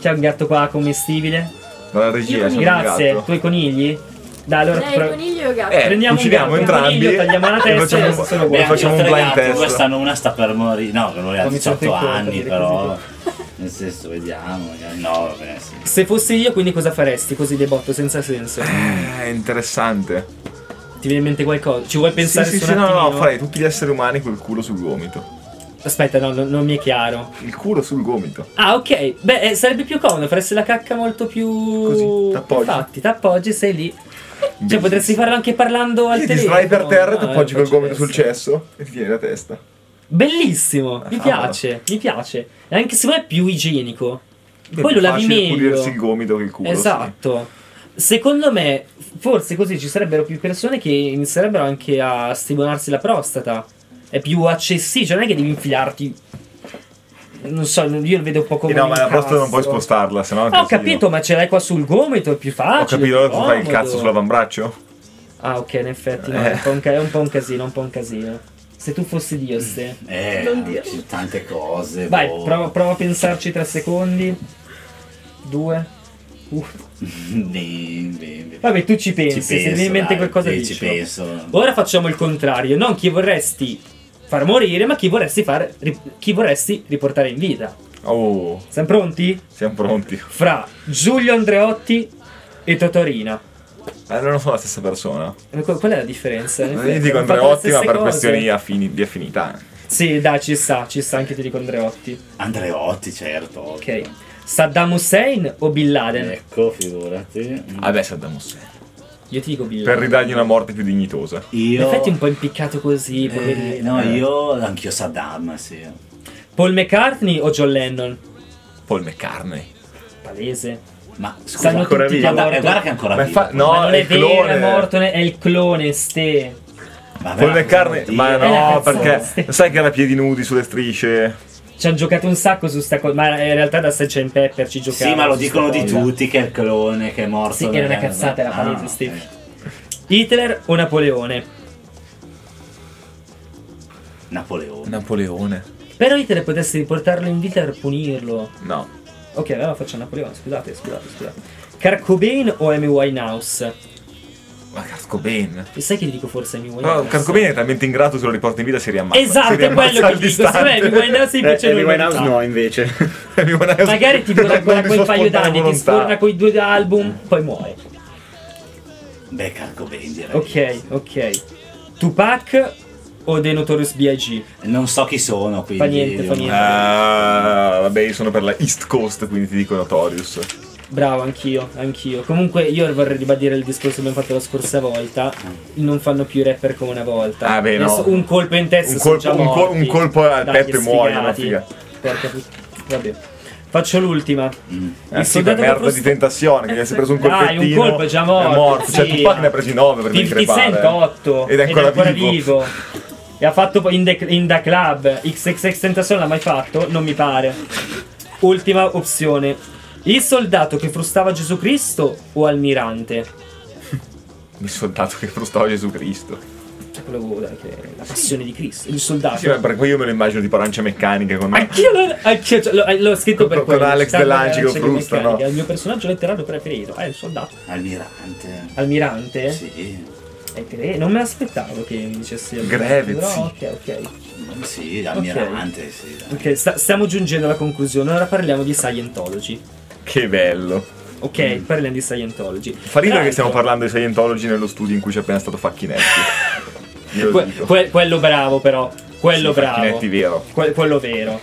S2: C'è un gatto qua commestibile?
S1: Dalla regia, c'è
S2: Grazie,
S1: un
S2: tu
S1: gatto.
S2: hai conigli? Dai, allora...
S4: Dai,
S2: pro-
S4: coniglio e gatto.
S1: Eh,
S2: Prendiamo un
S1: uccidiamo
S2: gatto,
S1: entrambi.
S2: coniglio, tagliamo la
S1: e
S2: testa e adesso sono
S1: facciamo,
S2: buoni.
S1: e facciamo un
S3: Abbiamo
S1: blind
S3: tre gatti,
S1: test.
S3: Quest'anno una sta per morire. No, che non ha
S2: Ho messo
S3: 18
S2: anche il colpo,
S3: anni,
S2: per
S3: però.
S2: dire
S3: Nel senso, vediamo. magari- No, vabbè, sì.
S2: Se fossi io, quindi cosa faresti così debotto, senza senso?
S1: Eh, interessante.
S2: Ti viene in mente qualcosa? Ci vuoi pensare
S1: sì, sì,
S2: su
S1: sì,
S2: un
S1: no, no,
S2: attimino?
S1: farei tutti gli esseri umani col culo sul gomito.
S2: Aspetta, no, no, non mi è chiaro.
S1: Il culo sul gomito.
S2: Ah, ok. Beh, eh, sarebbe più comodo, faresti la cacca molto più...
S1: Così, t'appoggi.
S2: Infatti, t'appoggi e sei lì. Cioè,
S1: Bellissimo.
S2: potresti farlo anche parlando al
S1: Sì, ti
S2: telefono.
S1: sdrai per terra e
S2: No,
S1: ti appoggi
S2: eh,
S1: col gomito
S2: faccio
S1: sul cesso e ti tieni la testa.
S2: Bellissimo, mi
S1: Ah,
S2: piace, mi piace. E anche se me è più igienico.
S1: È
S2: Poi
S1: più
S2: lo lavi
S1: facile
S2: meglio.
S1: pulirsi il gomito che il culo. sì.
S2: Esatto. Secondo me, forse così ci sarebbero più persone che inizierebbero anche a stimolarsi la prostata. È più accessibile, cioè non è che devi infilarti. Non so, io lo vedo un po'
S1: Eh
S2: come.
S1: no,
S2: un
S1: ma la prostata non puoi
S2: incasso.
S1: spostarla, sennò. è un
S2: Ah, ho
S1: casino.
S2: capito, ma ce l'hai qua sul gomito, è più facile.
S1: Ho capito,
S2: è
S1: allora
S2: più
S1: tu fai il
S2: comodo.
S1: cazzo sull'avambraccio?
S2: Ah, ok, in effetti, no,
S1: Eh.
S2: è, un po un ca- è un po' un casino, un po' un casino. Se tu fossi Dio, ste.
S3: Eh,
S4: Non dire.
S3: ci sono tante cose.
S2: Vai,
S1: Oh.
S3: boh.
S2: prova, prova a pensarci tre secondi. Due. Uh.
S3: Bim, bim, bim.
S2: Vabbè, tu ci pensi, se ti viene in mente
S3: dai,
S2: qualcosa
S3: sì,
S2: dici. Oh.
S3: ci penso.
S2: Ora facciamo il contrario, non chi vorresti far morire, ma chi vorresti, far, ri- chi vorresti riportare in vita.
S1: Oh,
S2: Siamo pronti?
S1: siamo pronti.
S2: Fra Giulio Andreotti e Totorina.
S1: Eh, non sono la stessa persona.
S2: Eh, qu- Qual è la differenza? Cioè, In
S1: Io
S2: effetti,
S1: dico
S2: hanno fatto le
S1: Andreotti, ma
S2: stesse
S1: per
S2: cose.
S1: questioni affini- di affinità.
S2: Sì, dai, ci sta, ci sta, anche io ti dico Andreotti.
S3: Andreotti, certo.
S2: Ok. Saddam Hussein o Bin Laden?
S1: Eh.
S3: Ecco, figurati. Mm.
S1: Vabbè, Saddam Hussein.
S2: Io ti dico Bin
S1: Per
S2: Laden.
S1: ridargli una morte più dignitosa.
S2: In
S3: Io...
S2: effetti è un po' impiccato così,
S3: Eh,
S2: poverino.
S3: no, io anch'io Saddam, sì.
S2: Paul McCartney o John Lennon?
S1: Paul McCartney.
S2: Palese.
S3: Ma scusa,
S2: Stanno
S1: ancora
S2: tutti
S1: vivo.
S2: che è
S3: guarda,
S2: morto.
S3: eh, guarda che è ancora
S1: Ma
S3: vivo.
S1: infa- no,
S2: Ma non
S1: è
S2: è,
S1: il
S2: vero,
S1: clone.
S2: è morto, ne- è il clone, ste.
S3: Vabbè,
S1: Paul
S3: ma
S1: McCartney,
S3: cosa
S1: ma
S3: vuol dire?
S2: Eh,
S1: no,
S2: la canzone,
S1: perché
S2: sì.
S1: lo sai che era piedi nudi sulle strisce.
S2: Ci hanno giocato un sacco su sta cosa, ma eh, in realtà da Sgt. Pepper ci giocavano
S3: Sì, ma lo
S2: su sta
S3: dicono di
S2: cosa.
S3: tutti che è il clone, che è morto.
S2: Sì, che era una
S3: nel-
S2: cazzata, era
S3: Ah,
S2: palese,
S3: ok.
S2: Steve. Hitler o Napoleone?
S3: Napoleone.
S4: Eh,
S1: Napoleone.
S2: Però Hitler potesse riportarlo in vita per punirlo.
S1: No.
S2: Ok, allora faccio Napoleone, scusate, scusate, scusate. Kurt Cobain o Amy Winehouse?
S1: Ma Carcobain.
S2: E sai che dico forse Amy Winehouse?
S1: Però Carcobain è talmente ingrato se lo riporta in vita si riammazza.
S2: Esatto,
S1: si
S2: è
S1: riammazza
S2: quello
S1: al
S2: che dico. Secondo me
S1: distante.
S2: Amy Winehouse invece
S4: Eh, Amy
S2: non è
S4: Winehouse no, invece.
S1: Amy Winehouse
S2: Magari ti dura
S1: non-
S2: ancora
S1: non
S2: quel
S1: sua
S2: paio
S1: spontanea
S2: d'anni, ti
S1: volontà.
S2: sforna coi due album, poi muore.
S3: Beh, Carcobain direi.
S2: Ok, ok. Tupac o The Notorious B.I.G.?
S3: Non so chi sono, quindi...
S2: niente, fa niente.
S1: Ah, vabbè, io sono per la East Coast, quindi ti dico Notorious.
S2: Bravo, anch'io, anch'io. Comunque io vorrei ribadire il discorso che abbiamo fatto la scorsa volta. Non fanno più i rapper come una volta.
S1: Ah, beh, no.
S2: Adesso Un colpo in testa
S1: Un
S2: sono
S1: colpo-
S2: già
S1: un col-
S2: morti.
S1: un colpo al
S2: Dai,
S1: petto e muoiono,
S2: sfigati.
S1: figa.
S2: Porca put- Vabbè. Faccio l'ultima.
S3: Mm.
S1: Eh, sì,
S2: soldato
S1: quella merda
S2: che frus-
S1: di tentazione, che gli ha preso un
S2: Dai,
S1: colpettino.
S2: un colpo è già morto, sì.
S1: Cioè, Tupac ne ha presi 9 per
S2: 50
S1: discrepare.
S2: Cent 8
S1: Ed è ancora, vivo.
S2: E ha fatto poi in The, in The Club XXX Tentacion l'ha mai fatto? Non mi pare. Ultima opzione. Il soldato che frustava Gesù Cristo o Almirante?
S1: Il soldato che frustava Gesù Cristo.
S2: Cioè quello dai, che è la passione di Cristo, il soldato.
S1: Sì, ma per quello io me lo immagino tipo arancia meccanica con
S2: Anch'io, lo, anch'io cioè, l'ho- l'ho scritto per
S1: Con-
S2: quello.
S1: con Alex
S2: Stanno
S1: Dell'Anci che
S2: alle arance
S1: frusta,
S2: meccaniche.
S1: no?
S2: Il mio personaggio letterario preferito è il soldato.
S3: Almirante.
S2: Ah, Almirante?
S3: Sì.
S2: Eh, cre- non me l'aspettavo che mi dicessi
S1: Greve,
S2: Però,
S1: sì.
S2: ok, ok.
S3: Sì, Almirante, sì. dai.
S2: Ok, sta- stiamo giungendo alla conclusione. Ora parliamo di Scientology.
S1: Che bello.
S2: Ok, parliamo di Scientology.
S1: Mm.
S2: Eh,
S1: Fa ridere che stiamo
S2: Peraltro-
S1: parlando di Scientology nello studio in cui c'è appena stato Facchinetti. Io lo
S2: Que-
S1: dico.
S2: que- quello bravo, però. Quello
S1: Sì,
S2: bravo.
S1: Facchinetti vero.
S2: Que- quello vero.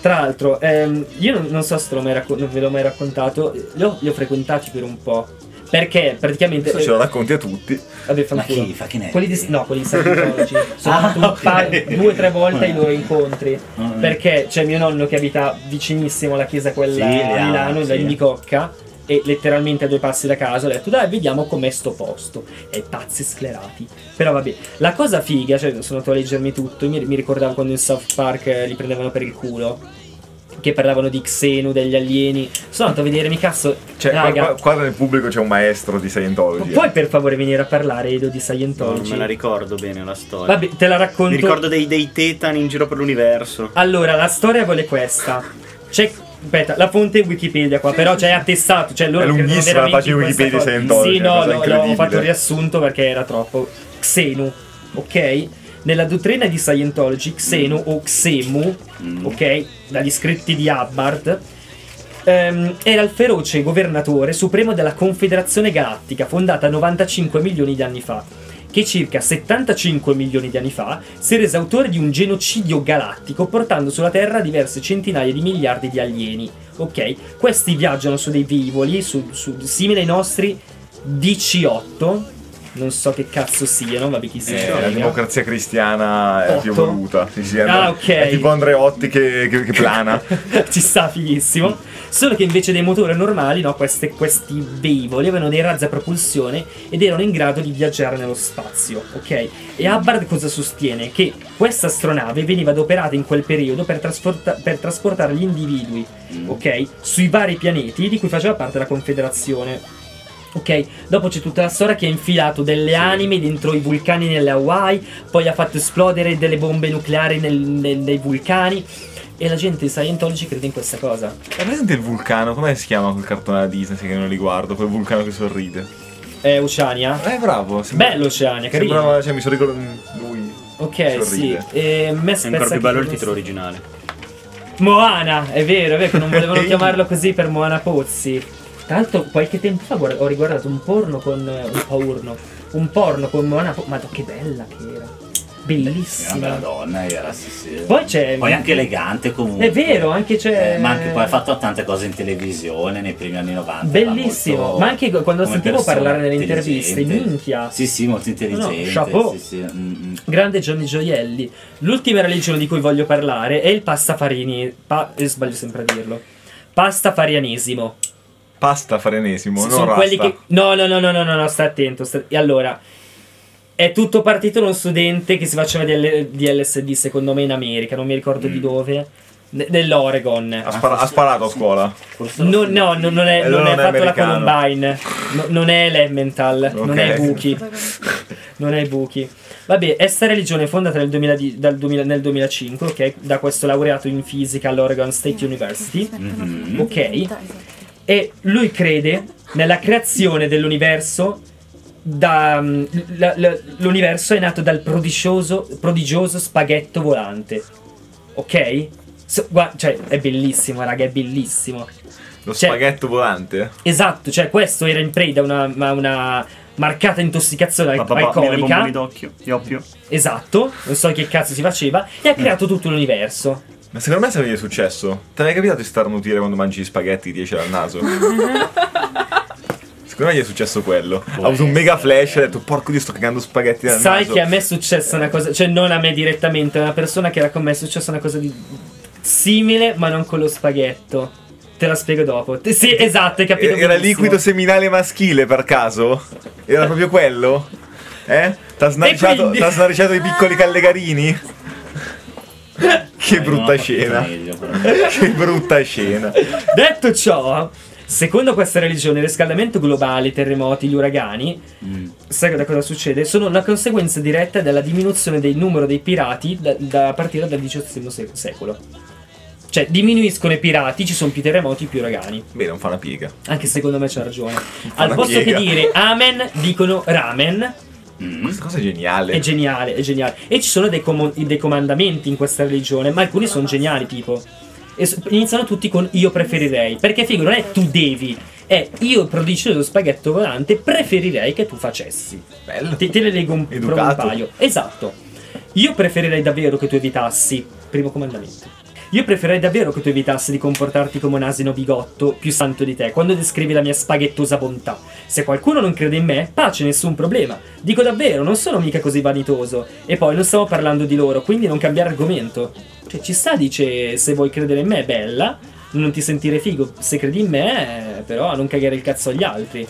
S2: Tra l'altro, ehm, io non, non so se te l'ho mai racco- non ve l'ho mai raccontato. Li ho, li ho frequentati per un po'. Perché praticamente. eh,
S1: Adesso ce lo racconti a tutti.
S2: Vabbè,
S3: Ma
S2: fanculo.
S3: chi? Fa chi ne è?
S2: Quelli di, no, quelli di Scientology. Sono
S3: Ah,
S2: andato un
S3: ok.
S2: paio- due o tre volte ai loro incontri.
S3: Mm.
S2: Perché c'è mio nonno che abita vicinissimo alla chiesa quella
S3: Sì,
S2: a
S3: là,
S2: Milano, da
S3: sì.
S2: Indicocca. E letteralmente a due passi da casa ho detto dai vediamo com'è sto posto E pazzi sclerati Però vabbè La cosa figa Cioè sono andato a leggermi tutto Mi, mi ricordavo quando in South Park eh, Li prendevano per il culo Che parlavano di Xenu Degli alieni Sono andato a vedermi cazzo
S1: Cioè, qua-
S2: raga
S1: qua, qua nel pubblico c'è un maestro di Scientology.
S2: Puoi per favore venire a parlare Edo di
S4: No, non
S2: Scientology
S4: me la ricordo bene la storia.
S2: Vabbè, te la racconto.
S4: Mi ricordo dei, dei tetani in giro per l'universo.
S2: Allora, la storia vuole questa. C'è. Aspetta, la fonte è Wikipedia qua, però c'è attestato. Cioè
S1: È
S2: loro
S1: lunghissima
S2: credono veramente
S1: la pagina
S2: in questa
S1: Wikipedia
S2: cosa.
S1: Scientology,
S2: Sì,
S1: è una
S2: no,
S1: cioè, cosa
S2: l'ho- l'ho
S1: incredibile.
S2: fatto riassunto perché era troppo. Xenu, ok? Nella dottrina di Scientology, Xenu o Xemu,
S3: Mm.
S2: ok? Dagli scritti di Hubbard. ehm, era il feroce governatore supremo della Confederazione Galattica, fondata 95 milioni di anni fa, che circa 75 milioni di anni fa si è resa autore di un genocidio galattico portando sulla Terra diverse centinaia di miliardi di alieni. Ok? Questi viaggiano su dei vivoli, su, su- simili ai nostri DC-8, non so che cazzo siano, vabbè chi
S1: Eh,
S2: sia.
S1: la democrazia cristiana è
S2: Otto.
S1: più evoluta. Sì, sì, è,
S2: Ah, ok.
S1: è tipo Andreotti che, che- che plana.
S2: Ci sta fighissimo. Solo che invece dei motori normali, no, queste- questi veivoli avevano dei razzi a propulsione ed erano in grado di viaggiare nello spazio, ok? E Hubbard cosa sostiene? Che questa astronave veniva adoperata in quel periodo per, trasporta- per trasportare gli individui,
S3: Mm.
S2: ok? Sui vari pianeti di cui faceva parte la Confederazione. Ok, dopo c'è tutta la storia che ha infilato delle anime dentro i vulcani nelle Hawaii, poi ha fatto esplodere delle bombe nucleari nel- nel- nei vulcani. E la gente di Scientology crede in questa cosa.
S1: Hai presente il vulcano? Come si chiama quel cartone da Disney? Se che non li guardo, quel vulcano che sorride.
S2: Eh, Oceania?
S1: Eh, bravo. sembra-
S2: Bello Oceania, carino.
S1: Sembrava, cioè, mi sono ricordato lui.
S2: Ok,
S1: sorride.
S2: sì. E a me
S4: È ancora
S2: spezza
S4: più bello il
S2: che-
S4: titolo originale.
S2: Moana, è vero, è vero che non volevano chiamarlo così per Moana Pozzi. Tra l'altro qualche tempo fa guarda- ho riguardato un porno con eh, un porno, un porno con Moana Po- ma che bella che era.
S3: Era una
S2: Bellissima.
S3: bella donna, era sì, sì.
S2: Poi c'è
S3: Poi anche elegante comunque.
S2: È vero, anche c'è
S3: Eh, ma anche poi ha fatto tante cose in televisione nei primi anni 90.
S2: Bellissimo,
S3: era molto-
S2: ma anche quando
S3: come
S2: sentivo
S3: persona
S2: parlare nelle interviste,
S3: intelligente.
S2: minchia.
S3: Sì, sì, molto intelligente.
S2: chapeau.
S3: sì, sì, mm, mm.
S2: Grande Johnny Gioielli. L'ultima religione di cui voglio parlare è il pastafarini. Pa- io sbaglio sempre a dirlo. Pastafarianesimo.
S1: Pasta farenesimo,
S2: S-
S1: non
S2: sono
S1: rasta.
S2: quelli che. No, no, no, no, no, no, no, sta attento. sta- E allora. È tutto partito da uno studente che si faceva di, L- di LSD, secondo me, in America, non mi ricordo
S1: Mm.
S2: di dove. ne- Nell'Oregon.
S1: Ha, spara- ha sparato a scuola.
S3: Forse
S2: No,
S3: lo-
S2: no, no, non è,
S1: Eh,
S2: non
S1: allora non è
S2: è fatto la
S1: americano.
S2: Columbine. No, non è l'Emmental. Non è
S1: Ok.
S2: Buki. Non hai buchi. Vabbè, essa religione è fondata nel, 2000 dal 2000 nel 2005, ok? Da questo laureato in fisica all'Oregon State University.
S3: Mhm.
S2: Ok. E lui crede nella creazione dell'universo. da- mm, la- la- l'universo è nato dal prodigioso, prodigioso spaghetto volante. Ok? So- gua- cioè, è bellissimo, raga, è bellissimo.
S1: Lo
S2: Cioè-
S1: spaghetto volante.
S2: Esatto, cioè, questo era in preda a una, a una marcata intossicazione al-
S4: Papà, mille
S2: alcolica.
S4: bomboni d'occhio, di oppio.
S2: Esatto, non so che cazzo si faceva, e
S4: Mm.
S2: ha creato tutto l'universo.
S1: Ma secondo me sai che è successo? Ti è mai capitato di starnutire quando mangi gli spaghetti che ti esce dal naso? secondo me gli è successo quello. ha avuto un mega flash e ha detto porco dio sto cagando spaghetti dal
S2: Sai
S1: naso.
S2: che a me è successa una cosa, cioè non a me direttamente, a una persona che era con me è successa una cosa di simile, ma non con lo spaghetto. Te la spiego dopo. Te- Sì, esatto, hai capito.
S1: E- Era
S2: benissimo.
S1: liquido seminale maschile per caso? Era proprio quello? Eh? T'ha snarciato,
S2: quindi-
S1: t'ha snarciato i piccoli callegarini? che
S3: Dai,
S1: brutta
S3: non ho capito
S1: scena.
S3: meglio, però.
S1: che brutta scena.
S2: Detto ciò, secondo questa religione, il riscaldamento globale, i terremoti, gli uragani,
S3: Mm.
S2: sai da cosa succede? Sono una conseguenza diretta della diminuzione del numero dei pirati da, da- a partire dal XVIII se- secolo. Cioè, diminuiscono i pirati, ci sono più terremoti, più uragani.
S1: Beh, non fa una piega.
S2: Anche secondo me c'ha ragione. Al
S1: Una
S2: posto
S1: piega.
S2: che dire amen, dicono ramen.
S3: Mm.
S1: Questa cosa è geniale.
S2: È geniale, è geniale. E ci sono dei, como- dei comandamenti in questa religione, ma alcuni sono geniali, tipo. E s- iniziano tutti con io preferirei. Perché figo, non è tu devi, è io prodigio dello spaghetto volante, preferirei che tu facessi.
S1: Bello.
S2: Te, te ne leggo un, proprio un
S1: Educato.
S2: paio. Esatto. Io preferirei davvero che tu evitassi. Primo comandamento. Io preferirei davvero che tu evitassi di comportarti come un asino bigotto più santo di te quando descrivi la mia spaghettosa bontà. Se qualcuno non crede in me, pace, nessun problema. Dico davvero, non sono mica così vanitoso. E poi non stiamo parlando di loro, quindi non cambiare argomento. Cioè, ci sta, dice, se vuoi credere in me, bella. Non ti sentire figo. Se credi in me, eh, però, non cagare il cazzo agli altri.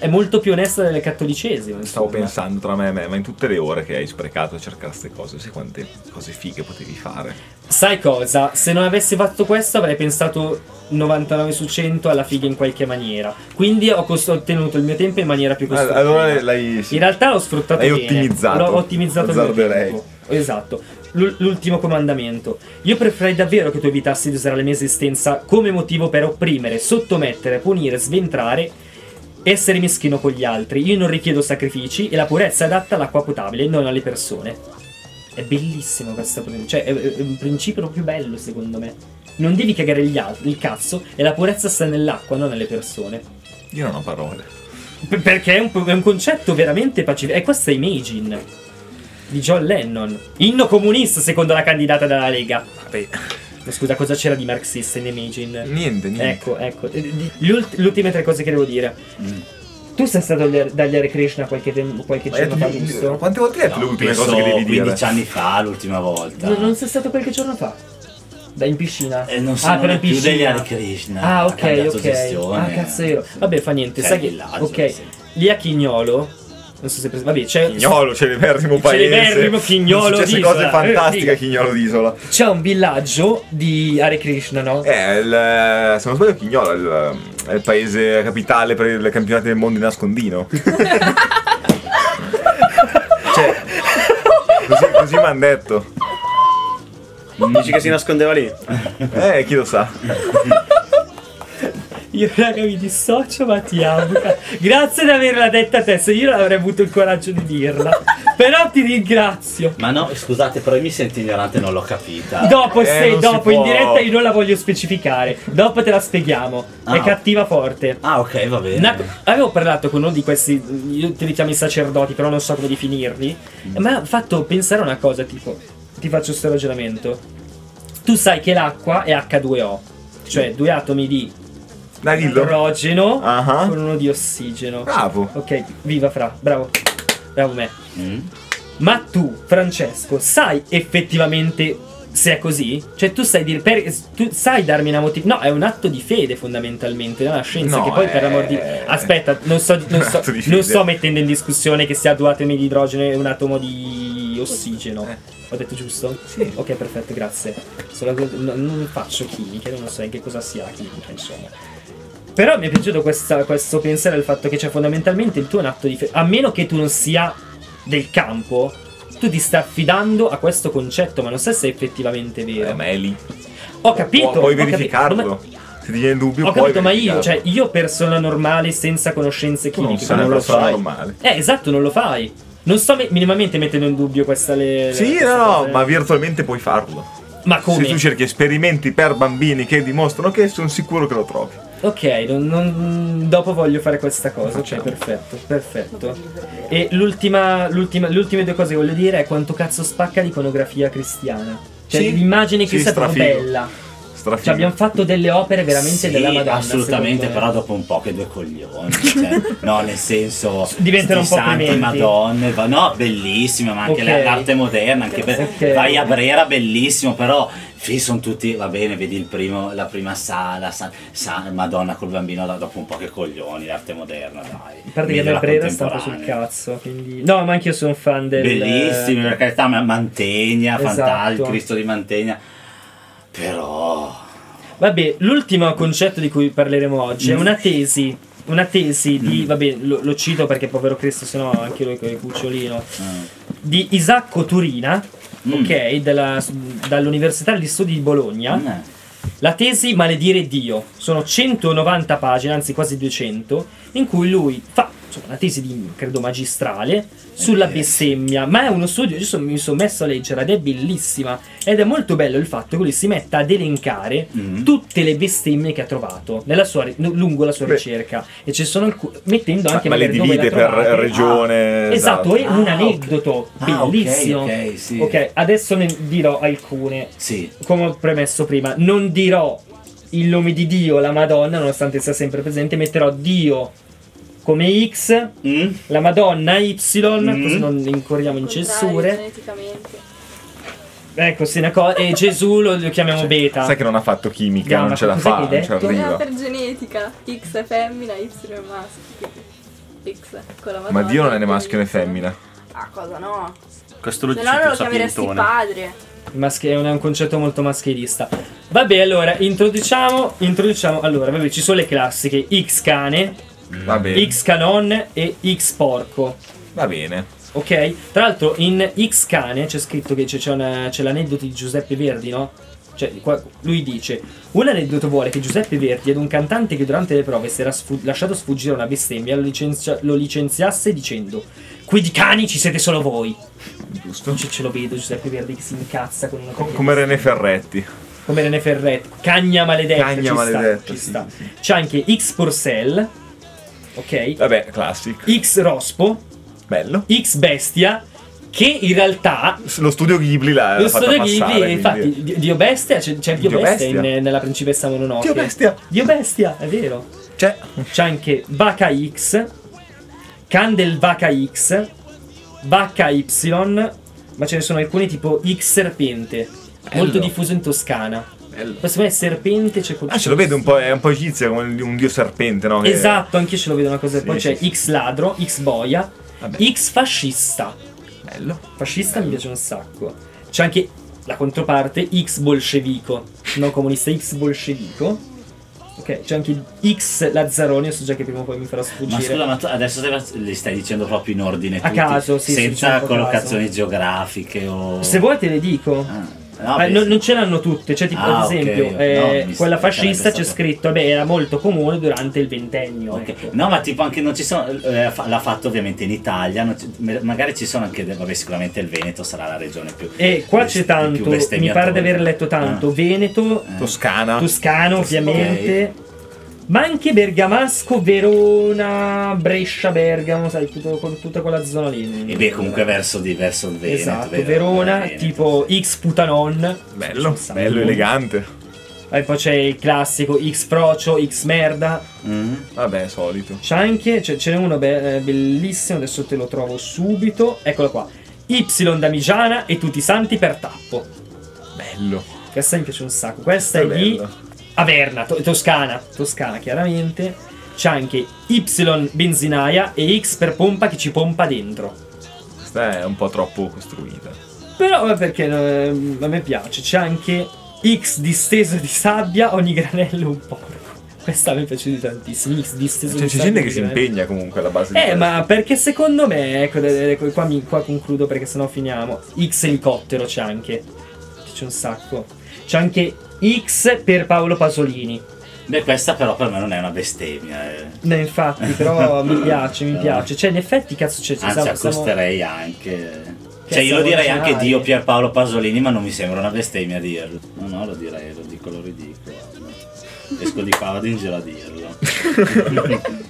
S2: È molto più onesta del cattolicesimo.
S1: Stavo
S2: insomma.
S1: pensando tra me e me, ma in tutte le ore che hai sprecato a cercare queste cose, sai quante cose fighe potevi fare?
S2: Sai cosa? Se non avessi fatto questo avrei pensato 99 su 100 alla figa in qualche maniera. Quindi ho cost- ottenuto il mio tempo in maniera più
S1: All-
S2: costruttiva.
S1: Allora l'hai. sì.
S2: In realtà l'ho sfruttato
S1: L'hai
S2: bene.
S1: ottimizzato.
S2: L'ho ottimizzato il mio
S1: Azzarderei.
S2: tempo. Esatto. L'u- l'ultimo comandamento. Io preferirei davvero che tu evitassi di usare la mia esistenza come motivo per opprimere, sottomettere, punire, sventrare, essere meschino con gli altri. Io non richiedo sacrifici e la purezza è adatta all'acqua potabile, non alle persone. È bellissimo questo principio. Cioè, è, è un principio più bello, secondo me. Non devi cagare gli altri, il cazzo, e la purezza sta nell'acqua, non nelle persone.
S1: Io non ho parole.
S2: P- Perché è un, po- è un concetto veramente pacifico. E questo è Imagine di John Lennon. Inno comunista, secondo la candidata della Lega.
S1: Vabbè,
S2: Scusa, cosa c'era di marxista in Imagine?
S1: Eh, niente, niente.
S2: Ecco, ecco. Eh, di- gli ult- le ultime tre cose che devo dire.
S3: Mm.
S2: Tu sei stato agli- dagli Hare Krishna qualche, tem- qualche
S1: Ma hai
S2: giorno fa,
S1: detto-
S2: giusto?
S1: quante volte hai detto
S3: No,
S1: le ultime
S3: penso
S1: cose che devi dire?
S3: 15 anni fa, l'ultima volta.
S2: No, non sei stato qualche giorno fa? Dai, in piscina.
S3: Eh, non sono
S2: ah, però in
S3: più
S2: piscina.
S3: degli Hare Krishna.
S2: Ah,
S3: ha
S2: ok,
S3: cambiato
S2: ok.
S3: gestione.
S2: Ah, cazzo, ero. Vabbè, fa niente.
S3: Cioè,
S2: sai che.
S3: villaggio,
S2: Ok,
S3: sì.
S2: lì a Chignolo. Non so se presi. Vabbè, c'è.
S1: Chignolo, celeberrimo paese.
S2: Celeberrimo Chignolo
S1: Sono successe
S2: d'Isola.
S1: cose
S2: Eh,
S1: fantastiche a
S2: sì.
S1: Chignolo d'Isola.
S2: C'è un villaggio di Hare Krishna, no?
S1: Eh, il- se non sbaglio, Chignolo è il, è il paese capitale per il campionato del mondo di nascondino. cioè, così, così mi hanno detto.
S4: Dici che si nascondeva lì?
S1: Eh, chi lo sa.
S2: Io raga mi dissocio ma ti amo. Grazie di averla detta a te, se io non avrei avuto il coraggio di dirla. Però ti ringrazio.
S3: Ma no, scusate, però io mi sento ignorante, non l'ho capita.
S2: Dopo,
S1: Eh,
S2: se
S1: non si
S2: dopo in
S1: può.
S2: diretta io non la voglio specificare. Dopo te la spieghiamo. È
S3: Ah.
S2: cattiva forte.
S3: Ah, ok, va bene.
S2: Una- avevo parlato con uno di questi, io te li chiamo i sacerdoti, però non so come definirli.
S3: Mm.
S2: Ma mi ha fatto pensare a una cosa, tipo, ti faccio questo ragionamento. Tu sai che l'acqua è H2O, cioè due atomi di
S1: Dai, dillo.
S2: idrogeno
S1: Ah.
S2: con uno di ossigeno.
S1: Bravo.
S2: Ok, viva Fra, bravo. Bravo me.
S3: Mm?
S2: Ma tu, Francesco, sai effettivamente se è così? Cioè, tu sai dire. per- tu sai darmi una motivazione. No, è un atto di fede, fondamentalmente. È una scienza
S1: No,
S2: che poi, per
S1: è-
S2: l'amor di. Aspetta, non sto, non
S1: Un
S2: sto-
S1: atto di fede.
S2: non sto mettendo in discussione che sia due atomi di idrogeno e un atomo di ossigeno.
S1: Eh.
S2: Ho detto giusto?
S1: Sì.
S2: Ok, perfetto, grazie. Solo che no- non faccio chimica, non so neanche cosa sia la chimica, insomma. Però mi è piaciuto questa- questo pensiero al fatto che c'è fondamentalmente il tuo è un atto di fede. A meno che tu non sia del campo, tu ti stai affidando a questo concetto, ma non sai se è effettivamente vero.
S1: Eh, ma è lì.
S2: ho capito.
S1: Puoi
S2: ho capi-
S1: verificarlo.
S2: ma-
S1: Se ti viene in dubbio,
S2: Ho
S1: puoi
S2: capito, ma io,
S1: verificarlo.
S2: cioè, io persona normale senza conoscenze
S1: tu non
S2: chimiche,
S1: sei una
S2: non lo
S1: persona
S2: fai.
S1: normale.
S2: Eh, esatto, non lo fai. Non sto me- minimamente mettendo in dubbio questa le.
S1: Sì,
S2: questa
S1: no, no,
S2: cosa.
S1: ma virtualmente puoi farlo.
S2: Ma come?
S1: Se tu cerchi esperimenti per bambini che dimostrano che sono sicuro che lo trovi.
S2: Ok, non- non- dopo voglio fare questa cosa.
S1: Facciamo.
S2: Ok, perfetto, perfetto. E l'ultima, l'ultima, le ultime due cose che voglio dire è quanto cazzo spacca l'iconografia cristiana. Cioè,
S1: Sì.
S2: l'immagine
S1: Sì,
S2: cristiana è proprio
S1: strafigo.
S2: bella.
S1: Strafigo.
S2: Cioè, abbiamo fatto delle opere veramente
S3: Sì,
S2: della Madonna.
S3: assolutamente,
S2: secondo me.
S3: però dopo un po' che due coglioni. cioè, no, nel senso.
S2: Diventano
S3: sti
S2: un po'
S3: santi,
S2: prementi.
S3: Madonne, va- no, bellissima, ma anche
S2: Ok.
S3: la- l'arte moderna. Anche be-
S2: Ok.
S3: Vai a Brera, bellissimo, però. Sì, sono tutti, va bene, vedi il primo, la prima sala, sa- sa- Madonna col bambino, da- dopo un po' che coglioni, l'arte moderna, dai.
S2: A parte che
S3: Meglio
S2: la Brera sta un po' sul
S3: contemporanea.
S2: cazzo. Quindi... No, ma anch'io sono fan del.
S3: Bellissimi, per carità, ma Mantegna,
S2: Esatto.
S3: Fantà, il Cristo di Mantegna. Però.
S2: Vabbè, l'ultimo concetto di cui parleremo oggi è
S3: Mm.
S2: una tesi. Una tesi di. Vabbè, lo, lo cito perché povero Cristo, sennò anche lui con il cucciolino. Di Isacco Turina,
S3: Mm.
S2: ok, della- dall'Università degli Studi di Bologna.
S3: Mm.
S2: La tesi Maledire Dio. Sono 190 pagine, anzi quasi 200, in cui lui fa insomma, una tesi di, credo, magistrale sulla
S3: Eh.
S2: bestemmia. Ma è uno studio, io sono- mi sono messo a leggere ed è bellissima. Ed è molto bello il fatto che lui si metta ad elencare
S3: Mm.
S2: tutte le bestemmie che ha trovato nella sua ri- lungo la sua
S1: Beh.
S2: ricerca. E ci sono alcune. mettendo anche
S1: ma le
S2: magari dove le ha
S1: divide per
S2: trovate.
S1: regione.
S2: Esatto, è un
S3: Ah, ok.
S2: aneddoto
S3: Ah, ok,
S2: bellissimo.
S3: ok, sì.
S2: ok, adesso ne dirò alcune
S3: Sì.
S2: come ho premesso prima, non dirò il nome di Dio, la Madonna, nonostante sia sempre presente, metterò Dio come X,
S3: Mm?
S2: la Madonna Y,
S3: Mm.
S2: così non incorriamo in
S5: Contrario,
S2: censure.
S5: Geneticamente.
S2: Ecco, sì, una cosa. E Gesù lo, lo chiamiamo Beta.
S1: Sai che non ha fatto chimica,
S2: No,
S1: non
S2: ma
S1: ce la
S2: cos'è
S1: fa,
S2: che hai
S1: non ce
S2: detto?
S5: Era
S1: arriva.
S5: per genetica. X è femmina, Y è maschio. quindi X con la
S1: Ma
S5: Madonna,
S1: Dio non è né
S5: quindi
S1: maschio né
S5: Y.
S1: femmina.
S5: Ah, cosa no?
S4: Questo lo
S5: Se
S4: dici
S5: no non
S4: tu,
S5: lo chiameresti
S4: sapientone.
S5: padre.
S2: Maschi- è un- è un concetto molto maschilista. Vabbè, allora, introduciamo. Introduciamo. Allora, vabbè, ci sono le classiche X cane,
S1: Va bene.
S2: Mm. X canon e X porco.
S1: Va bene.
S2: Ok? Tra l'altro in X Cane c'è scritto che c'è, c'è una- c'è l'aneddoto di Giuseppe Verdi, no? Cioè, qua- lui dice: Un aneddoto vuole che Giuseppe Verdi, ad un cantante che durante le prove si era sfu- lasciato sfuggire una bestemmia, lo, licenzia- lo licenziasse dicendo: Qui di cani ci siete solo voi.
S1: Giusto.
S2: Non ce, ce lo vedo, Giuseppe Verdi che si incazza con una
S1: Com-
S2: cosa.
S1: come René Ferretti.
S2: Come René Ferretti, cagna maledetta.
S1: Cagna
S2: ci
S1: maledetta,
S2: Sta, ci
S1: sì,
S2: sta.
S1: sì, sì.
S2: C'è anche X Porcel, ok?
S1: Vabbè, classic.
S2: X Rospo,
S1: Bello.
S2: X Bestia, che in realtà
S1: Lo studio Ghibli l'ha
S2: Lo
S1: l'ha fatta
S2: studio Ghibli,
S1: passare, quindi-
S2: infatti, Dio Bestia, c'è, c'è Dio,
S1: Dio
S2: Bestia, in-
S1: Bestia.
S2: nella principessa Mononoke.
S1: Dio Bestia.
S2: Dio Bestia, è vero.
S1: Cioè,
S2: C'è anche Baka X, Candel Baka X, Baka Y, ma ce ne sono alcuni tipo X Serpente, molto
S1: Bello.
S2: diffuso in Toscana.
S1: Bello.
S2: Questo me serpente c'è col
S1: Ah, ce lo vedo un po', è un po' egizia come un dio serpente, no? Che-
S2: Esatto, anche io ce lo vedo una cosa.
S1: Sì,
S2: Poi
S1: sì,
S2: c'è
S1: sì.
S2: X ladro, X boia,
S1: Vabbè.
S2: X fascista.
S1: Bello.
S2: Fascista mi piace un sacco. C'è anche la controparte X bolscevico, non comunista, X bolscevico. Ok, c'è anche X Lazzaroni, io so già che prima o poi mi farà
S3: Ma
S2: sfuggire.
S3: scusa, ma tu adesso te- li stai dicendo proprio in ordine
S2: A
S3: tutti,
S2: caso, sì, sì, diciamo
S3: senza
S2: a caso.
S3: collocazioni geografiche o...
S2: Se vuoi te le dico.
S3: Ah, No,
S2: Eh,
S3: beh,
S2: non,
S3: sì.
S2: non ce l'hanno tutte, cioè tipo
S3: Ah,
S2: ad
S3: ok,
S2: esempio
S3: ok.
S2: eh,
S3: No, mi-
S2: quella fascista
S3: sarebbe
S2: c'è
S3: stato-
S2: scritto, beh era molto comune durante il ventennio.
S3: Ok.
S2: ecco.
S3: No, ma tipo anche non ci sono. eh, fa- l'ha fatto ovviamente in Italia. non ci- me- magari ci sono anche. de- Vabbè, sicuramente il Veneto sarà la regione più.
S2: E qua
S3: più-
S2: c'è
S3: più
S2: tanto, mi
S3: bestemmiatore.
S2: pare di aver letto tanto, Veneto,
S3: Ah.
S1: Toscana.
S2: Toscano
S3: Toscana,
S2: ovviamente, ma anche Bergamasco, Verona, Brescia, Bergamo, sai, tutto- con- tutta quella zona lì.
S3: E beh, comunque verso, di, verso il Veneto.
S2: Esatto,
S3: vero?
S2: Verona,
S3: Veneto.
S2: tipo X Putanon.
S1: Bello,
S2: Ci sono
S1: bello,
S2: un sacco.
S1: elegante.
S2: E poi c'è il classico X Procio, X Merda.
S3: Mm.
S1: Vabbè, solito.
S2: C'è anche, c'è, ce n'è uno be- eh, bellissimo, adesso te lo trovo subito. Eccolo qua. Y da Migiana e tutti i santi per tappo.
S1: Bello.
S2: Questa mi piace un sacco. Questa è di
S1: Bello.
S2: Averna, to- Toscana. Toscana, chiaramente. C'è anche Y benzinaia e X per pompa che ci pompa dentro.
S1: Questa è un po' troppo costruita.
S2: Però vabbè, perché eh, a me piace. C'è anche X disteso di sabbia, ogni granello un porco. Questa mi è piaciuta tantissimo. X disteso
S1: Cioè,
S2: di
S1: c'è
S2: sabbia.
S1: gente
S2: ogni
S1: che si
S2: granello.
S1: impegna comunque alla base di
S2: Eh,
S1: questo.
S2: ma perché secondo me, ecco, de- de- qua, mi- qua concludo perché sennò finiamo. X elicottero c'è anche. C'è un sacco. C'è anche X per Paolo Pasolini.
S3: Beh, questa però per me non è una bestemmia. eh.
S2: No, infatti, però mi piace, mi
S3: No.
S2: piace. Cioè, in effetti, cazzo, c'è.
S3: Anzi,
S2: stiamo- stiamo-
S3: accosterei anche.
S2: Che
S3: Cioè, io
S2: siamo
S3: lo direi anche
S2: originali.
S3: Dio Pierpaolo Pasolini, ma non mi sembra una bestemmia dirlo. No, no, lo direi, lo dico, lo ridico. guarda. Esco di qua, vado in giro a dirlo.